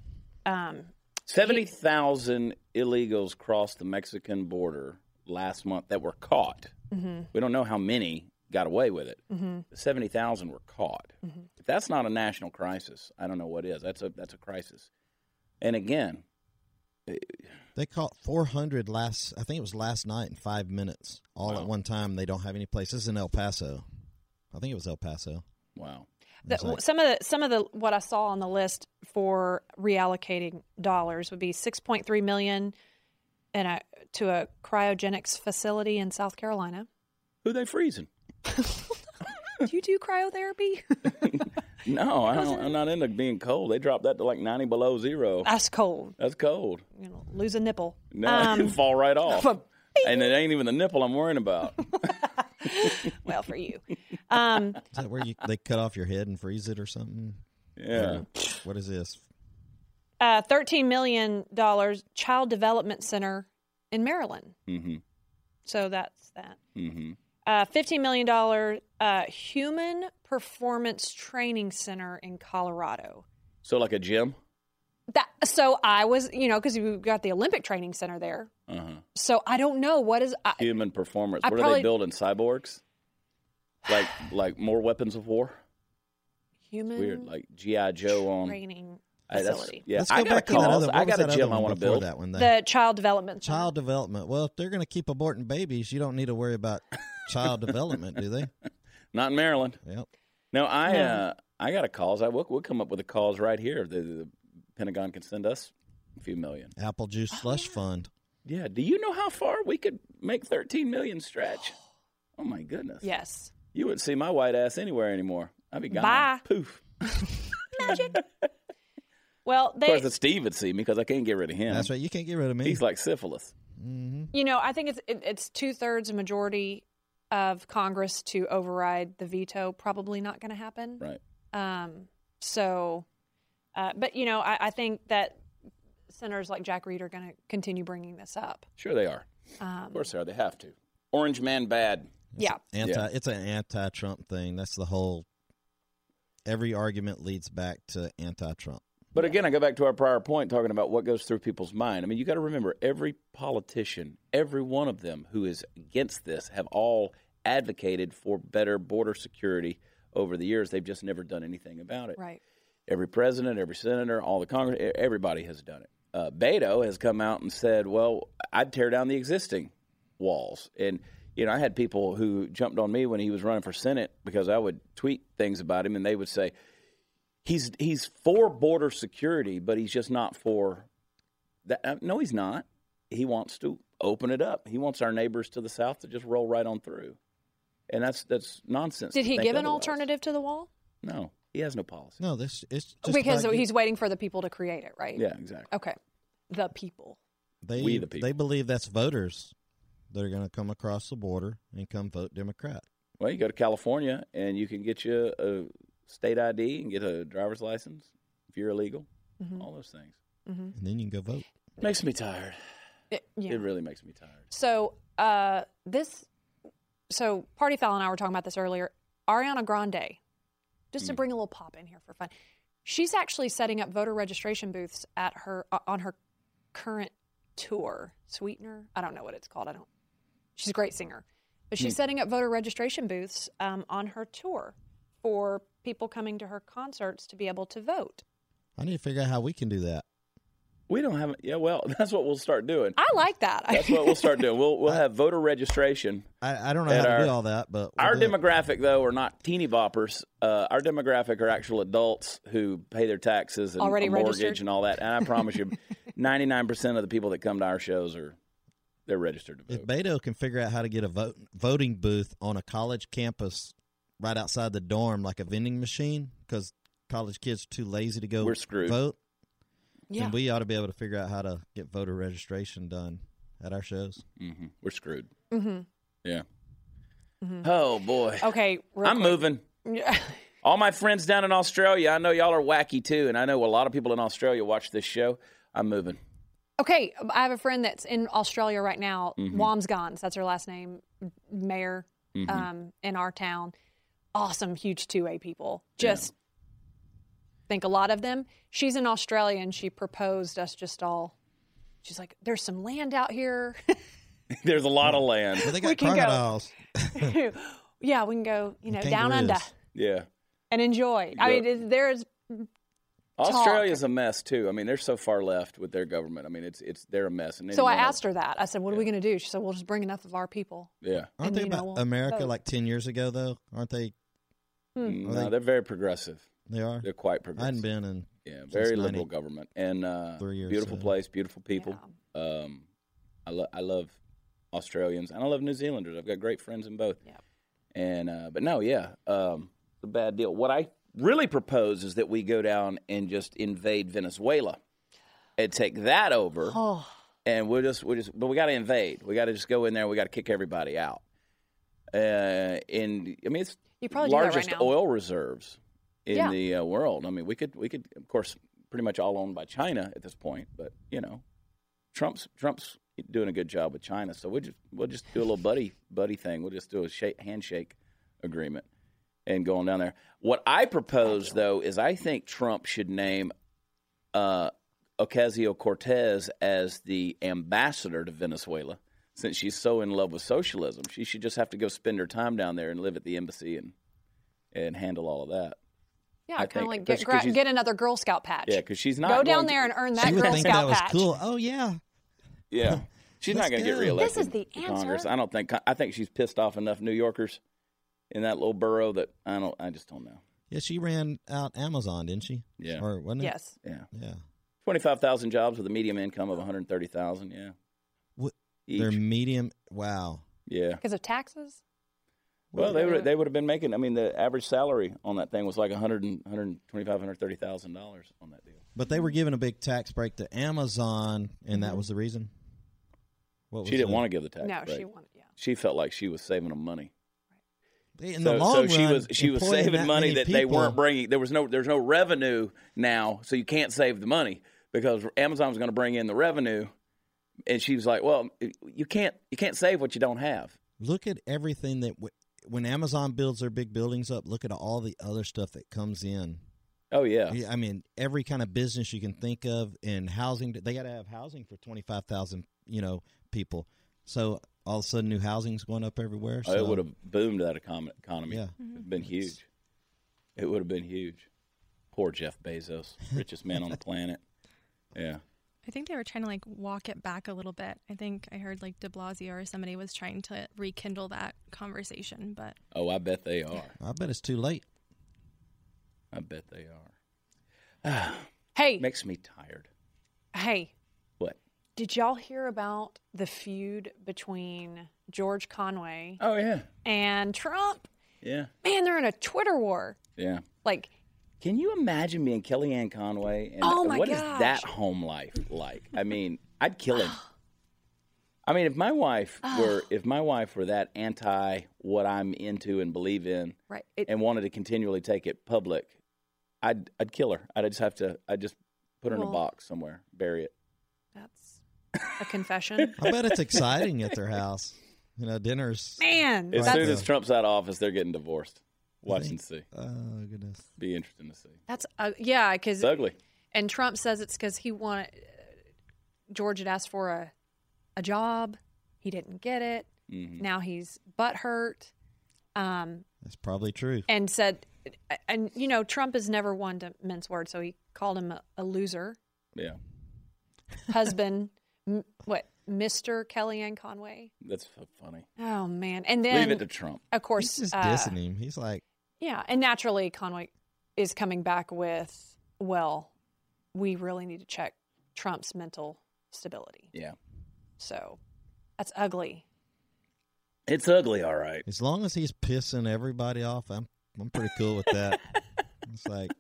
Um,
70,000 illegals crossed the Mexican border last month that were caught
Mm-hmm.
We don't know how many got away with it. But 70,000 were caught.
Mm-hmm.
If that's not a national crisis, I don't know what is. That's a that's a crisis. And again,
They caught 400 last, I think it was last night in five minutes, all
Wow.
at one time. They don't have any place. This is in El Paso. I think it was El Paso.
wow.
The,
It's like-
some of the some of the what I saw on the list for reallocating dollars would be 6.3 million in a, to a cryogenics facility in South Carolina.
Who they freezing?
Do you do cryotherapy?
No, I don't, I'm not into being cold. They dropped that to like 90 below zero.
That's cold.
That's cold.
You know, lose a nipple.
No,
Um,
you fall right off. and it ain't even the nipple I'm worrying about.
Well, for you. Um,
Is that where you, they cut off your head and freeze it or something?
Yeah.
Or What is this?
uh, 13 million dollars child development center in Maryland.
Mm-hmm.
So that's that.
Mm-hmm.
Uh, 15 million dollar uh, human performance training center in Colorado.
So like a gym.
That so I was, you know, because we've got the Olympic Training Center there.
Uh-huh.
So I don't know what is. I,
Human performance.
I
what are they
probably-
building? Cyborgs. Like like more weapons of war.
human
Weird. Like GI Joe on.
Mm. training
Hey, that's-
facility.
yeah,
Let's go
I got a
back to that
cause.
other.
I
what was
got a
that
gym
other
I
one
want to
before
build.
That one, though.
The child development. center.
child development. Well, if they're going to keep aborting babies, you don't need to worry about child development, do they?
Not in Maryland.
Yep.
No, I uh, I got a cause. I we'll, we'll come up with a cause right here. The, the Pentagon can send us a few million.
Apple juice
Oh,
slush fund.
Yeah. Do you know how far we could make thirteen million stretch? Oh my goodness.
Yes.
You wouldn't see my white ass anywhere anymore. I'd be gone.
Bye.
Poof.
Well,
Of course,
they.
if Steve would see me because I can't get rid of him.
That's right. You can't get rid of me. Mm-hmm.
He's like syphilis.
You know, I think it's it, it's two thirds majority of Congress to override the veto. Probably not going to happen.
Right.
Um. So, uh, but you know, I, I think that senators like Jack Reed are going to continue bringing this up.
Sure, they are.
Um,
Of course, they are. They have to. Orange man bad.
yeah.
anti.
Yeah.
It's an anti-Trump thing. That's the whole. Every argument leads back to anti-Trump.
But again, I go back to our prior point talking about what goes through people's mind. I mean, you got to remember every politician, every one of them who is against this, have all advocated for better border security over the years. They've just never done anything about it.
Right.
Every president, every senator, all the Congress, e- everybody has done it. Uh, Beto has come out and said, "Well, I'd tear down the existing walls." And you know, I had people who jumped on me when he was running for Senate because I would tweet things about him, and they would say, "He's he's for border security, but he's just not for that." Uh, No, he's not. He wants to open it up. He wants our neighbors to the south to just roll right on through, and that's that's nonsense.
Did
to
he
think
give an
otherwise.
alternative to the wall?
No, he has no policy.
No, this it's just
because
about-
he's waiting for the people to create it, right?
Yeah, exactly.
Okay. The people.
they
we the people.
they believe that's voters that are going to come across the border and come vote Democrat.
Well, you go to California and you can get you a state ID and get a driver's license if you're illegal.
Mm-hmm.
All those things.
and then you can go vote.
Makes me tired.
It- yeah.
It really makes me tired.
So uh, this, so Party Foul and I were talking about this earlier. Ariana Grande, just to
Mm.
bring a little pop in here for fun, she's actually setting up voter registration booths at her uh, on her current tour. Sweetener, I don't know what it's called. I don't. She's a great singer, but
Hmm.
she's setting up voter registration booths um, on her tour for people coming to her concerts to be able to vote.
I need to figure out how we can do that.
We don't have. Yeah, well, that's what we'll start doing.
I like that.
That's what we'll start doing. We'll we'll have voter registration.
I, I don't know
At
how to
our-
do all that, but we'll
Our
do it.
demographic, though, are not teeny boppers. Uh, our demographic are actual adults who pay their taxes and
Already
a mortgage
registered?
and all that. And I promise you, ninety nine percent of the people that come to our shows are they're registered to
if
vote.
Beto can figure out how to get a vote, voting booth on a college campus right outside the dorm, like a vending machine, because college kids are too lazy to go
We're screwed.
vote,
yeah.
then we ought to be able to figure out how to get voter registration done at our shows.
hmm We're screwed. Mm-hmm. Yeah. Oh boy,
okay. Mm-hmm. real
I'm moving.
quick.
All my friends down in Australia, I know y'all are wacky too, and I know a lot of people in Australia watch this show. I'm moving.
Okay, I have a friend that's in Australia right now.
Mm-hmm.
Wams Gons, that's her last name. Mayor um, in our town. Awesome, huge two A people. Just think a lot of them. She's in Australia and she proposed us just all. She's like, "There's some land out here."
There's a lot of land.
Well, they
We
got
can go.
crocodiles.
yeah, we can go, you know, down
kangaroos.
under
Yeah.
and enjoy. I
Yeah.
mean, it, there's
Australia's a mess too. I mean, they're so far left with their government. I mean, it's it's they're a mess. And
so I
anyone-
asked her that. I said, "What are we going to do?" She said, "We'll just bring enough of our people."
Yeah,
Aren't
And
they
you know
about
what?
America
Vote.
like ten years ago though? Aren't they?
Hmm.
no,
Are they-
they're very progressive.
They are.
They're quite
I
progressive.
hadn't been in.
yeah,
since
very
90.
liberal government and uh,
Three years,
beautiful
uh,
place, beautiful people. Um, I lo- I love Australians and I love New Zealanders. I've got great friends in both.
Yep.
And uh, but no, yeah, um, the bad deal. What I really propose is that we go down and just invade Venezuela and take that over.
Oh,
and we'll just we just but we got to invade. We got to just go in there. We got to kick everybody out. Uh, and I mean, it's
you probably
largest
do that right now.
oil reserves in
Yeah.
the uh, world. I mean, we could we could of course pretty much all owned by China at this point, but you know, Trump's Trump's doing a good job with China, so we'll just we'll just do a little buddy buddy thing. We'll just do a shake, handshake agreement and going down there. What I propose though is I think Trump should name uh, Ocasio Cortez as the ambassador to Venezuela. Since she's so in love with socialism, she should just have to go spend her time down there and live at the embassy and and handle all of that. I
Yeah, kind
think-
of like
that's
get,
'cause
gra-
she's-
get another Girl Scout patch.
Yeah, because she's not
Go
going
down
to-
there and earn that
You would
Girl
think
Scout
that was
patch.
cool. Oh yeah.
Yeah, she's not
Let's
going to get
go.
reelected.
This is the
to Congress.
answer.
I don't think. I think she's pissed off enough New Yorkers in that little borough that I don't. I just don't know.
Yeah, she ran out Amazon, didn't she?
Yeah.
Or wasn't it?
Yes.
Yeah,
Yeah.
twenty five thousand jobs with a medium income of one hundred thirty thousand. Yeah,
What-
Each.
They're medium. Wow.
yeah.
Because of taxes?
Well, they
Yeah.
would they would have been making. I mean, the average salary on that thing was like 100, 125, 130000 dollars on that deal.
But they were giving a big tax break to Amazon, and that was the reason. What was
She didn't
the-
want to give the tax.
No,
break.
she wanted, yeah.
She felt like she was saving them money.
In
so,
the long
so
run,
she was she was
employing
saving
that
money
many
that they
people-
weren't bringing. There was no there's no revenue now, so you can't save the money because Amazon's going to bring in the revenue. And she was like, "Well, you can't you can't save what you don't have."
Look at everything that w- when Amazon builds their big buildings up. Look at all the other stuff that comes in.
Oh yeah,
Yeah, I mean, every kind of business you can think of in housing, they got to have housing for twenty five thousand, you know, people. So all of a sudden, new housing's going up everywhere. So
Oh, it would have boomed that econ- economy.
Yeah.
It'd been huge. It would have been huge. Poor Jeff Bezos, richest man on the planet. Yeah.
I think they were trying to like walk it back a little bit. I think I heard like De Blasio or somebody was trying to rekindle that conversation, but
Oh, I bet they are.
I bet it's too late.
I bet they are.
Hey,
Makes me tired.
hey,
What?
did y'all hear about the feud between George Conway
Oh yeah,
and Trump?
yeah,
Man, they're in a Twitter war.
yeah.
Like,
Can you imagine being Kellyanne Conway? And
Oh, my
what is
gosh.
that home life like? I mean, I'd kill him. I mean, if my wife were if my wife were that anti what I'm into and believe in,
right. It,
and wanted to continually take it public, I'd I'd kill her. I'd just have to. I'd just put her in a
Well-
box somewhere, bury it.
that's a confession.
I bet it's exciting at their house. You know, dinners.
Man,
As
that's,
soon as Trump's out of office, they're getting divorced. Watch and see.
Oh goodness.
Be interesting to see.
that's uh, yeah, because
It's ugly.
and Trump says it's because he wanted uh, George had asked for a a job, he didn't get it.
Mm-hmm.
Now he's butthurt, um,
That's probably true.
and said, uh, and you know Trump is never one to mince words, so he called him a, a loser,
Yeah,
husband, m- what Mister Kellyanne Conway.
that's f- funny.
Oh man, and then
Leave it to Trump.
of course
He's just
uh,
dissing him. He's like,
Yeah, and naturally Conway is coming back with, well, we really need to check Trump's mental stability.
Yeah,
So that's ugly.
it's ugly. All right.
as long as he's pissing everybody off, I'm I'm pretty cool with that. it's like,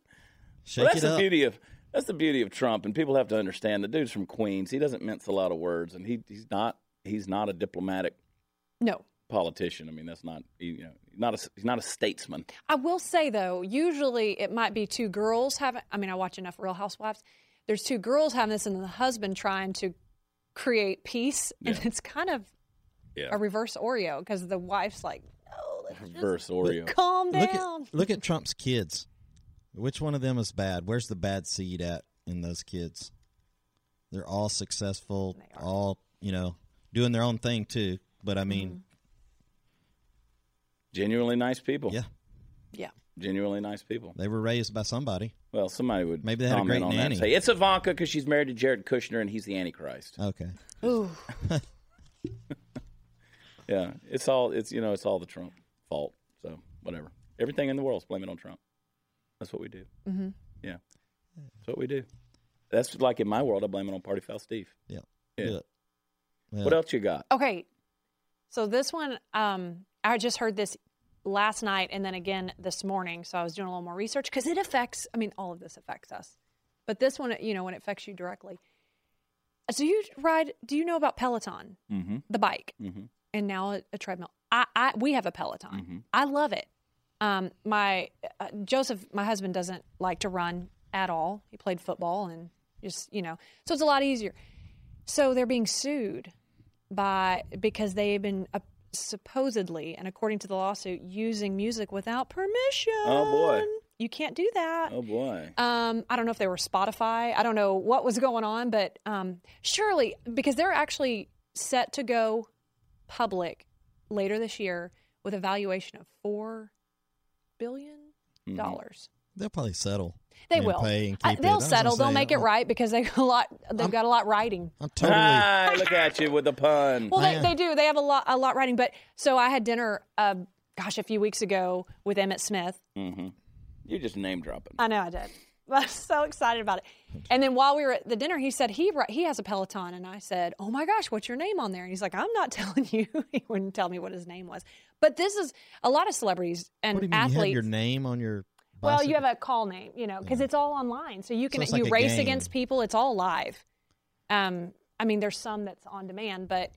shake
Well, that's
it
the
up.
beauty of that's the beauty of Trump, and people have to understand the dude's from Queens. He doesn't mince a lot of words, and he he's not he's not a diplomatic
No.
politician. I mean, that's not he- you know not a s- he's not a statesman.
I will say though, usually it might be two girls having I mean, I watch enough Real Housewives. There's two girls having this and the husband trying to create peace and
Yeah.
it's kind of
Yeah,
a reverse Oreo because the wife's like, No, let's
reverse Oreo.
calm
Look
down.
at, look at Trump's kids. Which one of them is bad? Where's the bad seed at in those kids? They're all successful, all, you know, doing their own thing too. But I
Mm-hmm.
mean,
Genuinely nice people.
yeah,
Yeah.
Genuinely nice people.
they were raised by somebody.
Well, somebody would
Maybe they had a
comment
great
on that.
nanny.
and Say it's Ivanka because she's married to Jared Kushner and he's the Antichrist.
Okay,
Ooh.
Yeah, it's all it's you know it's all the Trump fault. So whatever, everything in the world's blame it on Trump. That's what we do. Mm-hmm. Yeah, that's what we do. That's like in my world, I blame it on Party Foul Steve.
yeah,
Yeah.
yeah. Yeah.
What else you got?
Okay. So this one, um, I just heard this last night and then again this morning. So I was doing a little more research because it affects, I mean, all of this affects us. But this one, you know, when it affects you directly. So you ride, do you know about Peloton,
Mm-hmm. Mm-hmm.
the bike,
Mhm.
and now a, a treadmill? I, I, we have a Peloton. I love it. Um, my uh, Joseph, my husband doesn't like to run at all. He played football and just, you know, so it's a lot easier. So they're being sued by because they've been uh, supposedly and according to the lawsuit using music without permission.
Oh, boy.
you can't do that.
Oh boy.
Um, I don't know if they were Spotify. I don't know what was going on, but um, surely because they're actually set to go public later this year with a valuation of four billion dollars.
They'll probably settle.
They
and
will.
Mm-hmm. pay and
I-
keep it. I
they'll
was gonna
settle. They'll
say, oh.
make it
I'm-
right because they got a lot. They've got a lot riding.
I'm totally.
Ah, look at you with the pun.
Well, they,
yeah.
they do. They have a lot, a lot writing. But so I had dinner, uh, gosh, a few weeks ago with Emmett Smith.
Mm-hmm. You're just name dropping.
I know I did. I was so excited about it. And then while we were at the dinner, he said he ri- he has a Peloton, and I said, "Oh my gosh, what's your name on there?" And he's like, "I'm not telling you." he wouldn't tell me what his name was. But this is a lot of celebrities and
What do you mean?
athletes.
You have your name on your.
well,
bicycle?
you have a call name, you know, because it's all online, so you can
it's like
you
a
race
game.
against people. It's all live. Um, I mean, there's some that's on demand, but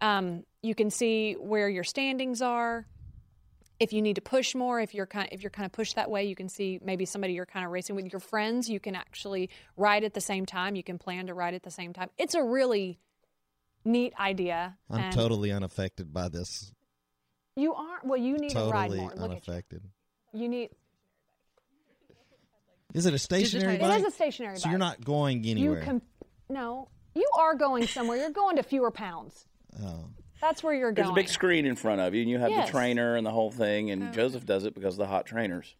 um, you can see where your standings are. If you need to push more, if you're kind, if you're kind of pushed that way, you can see maybe somebody you're kind of racing with. Your friends, you can actually ride at the same time. You can plan to ride at the same time. It's a really neat idea.
I'm
and
totally unaffected by this.
You aren't. Well, you need to ride
Totally
more. Look at you.
unaffected.
you need.
Is it a stationary
Digitized.
bike?
It is a stationary.
So you're
bike.
not going
You
anywhere.
com- no, you are going somewhere. You're going to fewer pounds.
oh.
That's where you're
There's
going.
a big screen in front of you, and you have
Yes. Oh,
the trainer and the whole thing. And Joseph does it because of the hot trainers.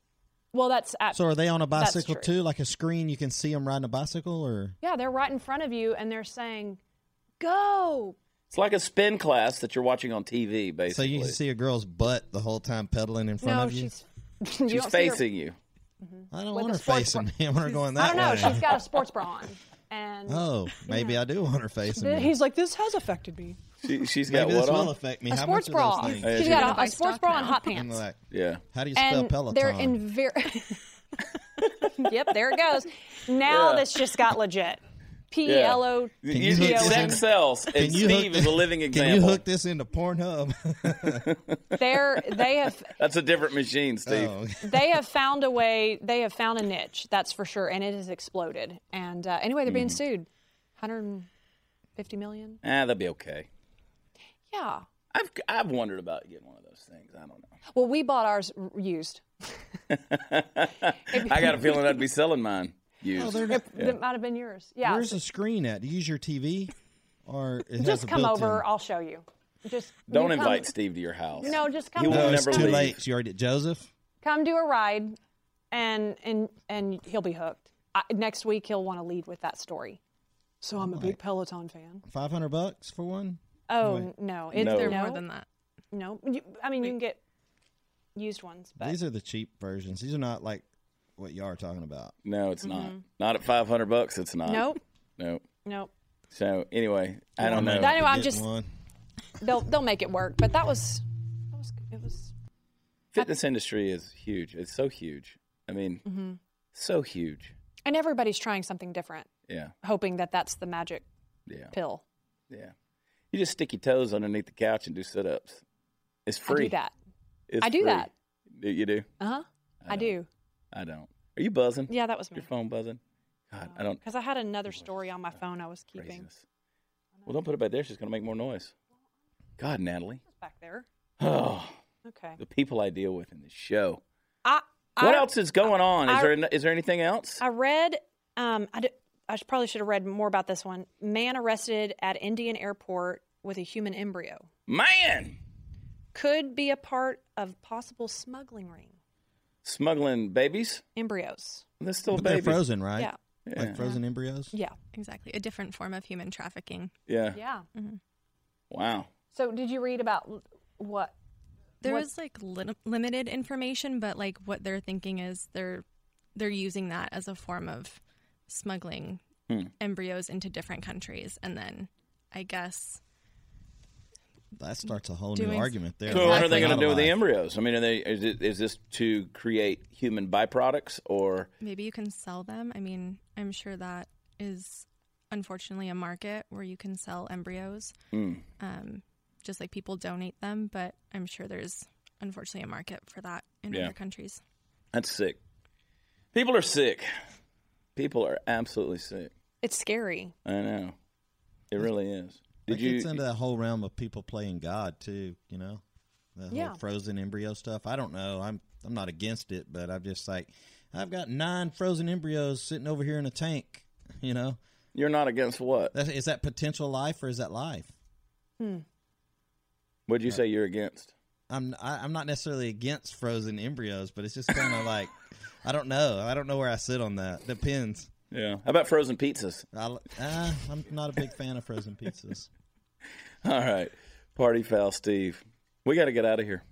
well, that's at-
So are they on a
That's
bicycle
true.
too? Like a screen, you can see them riding a bicycle, or
yeah. They're right in front of you, and they're saying, "Go."
It's like a spin class that you're watching on TV, basically.
so you can see a girl's butt the whole time pedaling in front
No,
of you.
she's you
she's
don't see her-
facing you.
I don't
with
want
a
her
sports
facing
bra.
me. I want her going
I
Oh, that
don't know.
way.
She's got a sports bra on, and
oh, maybe I do want her facing
th-
me.
he's like, "This has affected me."
She, she's got
maybe this
what
will
on?
affect me.
A
How
sports
much are
bra.
those things?
She's
You're
got
gonna
a,
buy
a sports
stock
bra and
now.
hot
I'm
pants.
like,
Yeah.
how do you spell
and
Peloton?
they're in very. yep, there it goes. Now
Yeah.
this just got legit. P E L O.
you
You-
hook
you-
this
sex
in-
sells, and
Can you hook
Steve is a
this-
living
Can you
example.
hook this into Pornhub?
They're they have
That's a different machine, Steve.
Oh,
they have found a way. They have found a niche, that's for sure, and it has exploded. And uh, anyway, they're being
Mm.
sued, 150 million.
Ah, that'll be okay.
Yeah.
I've I've wondered about getting one of those things. I don't know.
Well, we bought ours r- used.
I got a feeling I'd be selling mine used.
Oh, they're not-
That might have been yours. Yeah.
Where's the screen at? Do you use your TV, or it has
just
a
come
built-in?
over. I'll show you. Just you
don't
come-
invite Steve to your house.
No, just
He
come.
will
No,
over.
it's
never
too
leave.
late. You already Joseph.
Come do a ride, and and and he'll be hooked. I, next week he'll want to lead with that story. So I'm a big Peloton fan.
Five hundred bucks for one.
Oh n- no, it's
No.
They're
no.
more than that.
No, you, I mean you can get used ones, but
These are the cheap versions. These are not like what y'all are talking about.
No, it's not. Not at five hundred bucks. It's not.
Mm-hmm. nope,
Nope.
nope.
So anyway, I don't know.
might
That-
have
Anyway,
to
I'm
get
just-
one.
They'll they'll make it work. But that was that was it was
Fitness industry is huge. It's so huge. I mean,
Mm-hmm.
so huge.
and everybody's trying something different,
Yeah.
hoping that that's the magic
Yeah.
pill.
Yeah. You just stick your toes underneath the couch and do sit ups. It's free.
I do that.
It's
I do
free.
that.
Do You do?
Uh huh. I, do.
I don't. Are you buzzing?
Yeah, that was me.
Your phone buzzing? God, I don't.
Because I had another story on my phone I was keeping
Craziness. Well, don't put it back there. She's going to make more noise. God, Natalie.
back there.
Oh,
Okay.
the people I deal with in this show.
I
What
I,
else is going on? Is
I-
there is there anything else?
I read. Um, I, d- I should- probably should have read more about this one. Man arrested at Indian airport with a human embryo
Man,
could be a part of possible smuggling ring.
smuggling babies.
Embryos.
They're still
But they're
babies.
frozen, right?
Yeah.
Like frozen embryos.
Yeah.
Exactly. A different form of human trafficking.
Yeah.
Yeah.
Wow.
So did you read about l- what?
There
What-
was like lim- limited information, but like what they're thinking is they're they're using that as a form of smuggling embryos into different countries, and then I guess
That starts a whole new
Doing-
argument there.
So what are they
Life
going to do with the
alive.
embryos? I mean, are they is, it, is this to create human byproducts or
maybe you can sell them. I mean, I'm sure that is unfortunately a market where you can sell embryos, um, just like people donate them. But I'm sure there's unfortunately a market for that in
Yeah.
other countries.
that's sick? People are sick. People are absolutely sick.
It's scary.
I know. It really is. Did
It gets
you?
into that whole realm of people playing God too? You know, the whole
Yeah.
frozen embryo stuff. I don't know. I'm I'm not against it, but I'm just like I've got nine frozen embryos sitting over here in a tank. You know,
You're not against what?
that, is that potential life or is that life?
Would you say you're against?
I'm I, I'm not necessarily against frozen embryos, but it's just kind of like I don't know. I don't know where I sit on that. Depends.
Yeah. How about frozen pizzas?
I, uh, I'm not a big fan of frozen pizzas.
All right. Party foul, Steve. We got to get out of here.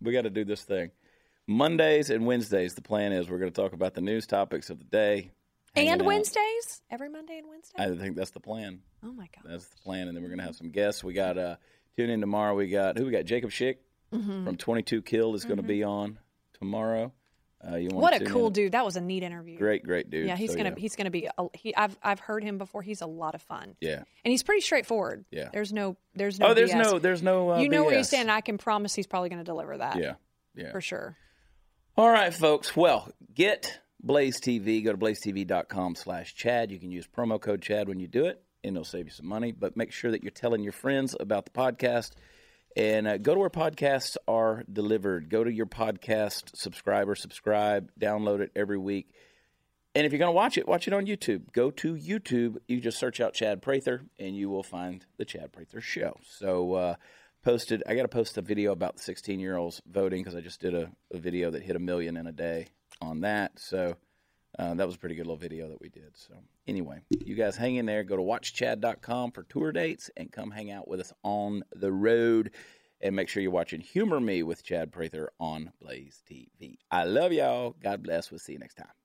We got to do this thing. Mondays and Wednesdays, the plan is we're going to talk about the news topics of the day. hanging
and
out.
Wednesdays? Every Monday and Wednesday?
I think that's the plan.
oh my God.
That's the plan. And then we're going to have some guests. We got, uh, tune in tomorrow. We got, who we got? Jacob Schick
Mm-hmm.
from 22 Killed is going to be on tomorrow. Uh, you wanna
What a
tune
cool
in.
dude. That was a neat interview.
Great, great dude.
Yeah, he's
So,
gonna he's gonna be a, he. I've I've heard him before. He's a lot of fun,
Yeah.
and he's pretty straightforward.
Yeah.
there's no there's no.
Oh, there's
BS.
no, there's no. Uh,
you know where you
BS.
stand. and I can promise he's probably gonna deliver that.
Yeah, yeah.
for sure.
All right, folks. Well, get Blaze TV. Go to blazetv.com slash Chad. You can use promo code Chad when you do it, and it'll save you some money. But make sure that you're telling your friends about the podcast. And uh, go to where podcasts are delivered. Go to your podcast subscriber, subscribe, download it every week. And if you're going to watch it, watch it on YouTube. Go to YouTube. You just search out Chad Prather, and you will find the Chad Prather Show. So, uh, posted. I got to post a video about 16 year olds voting because I just did a, a video that hit a million in a day on that. So, uh, that was a pretty good little video that we did. So, anyway, you guys hang in there. Go to watchchad.com for tour dates and come hang out with us on the road. And make sure you're watching Humor Me with Chad Prather on Blaze TV. I love y'all. God bless. We'll see you next time.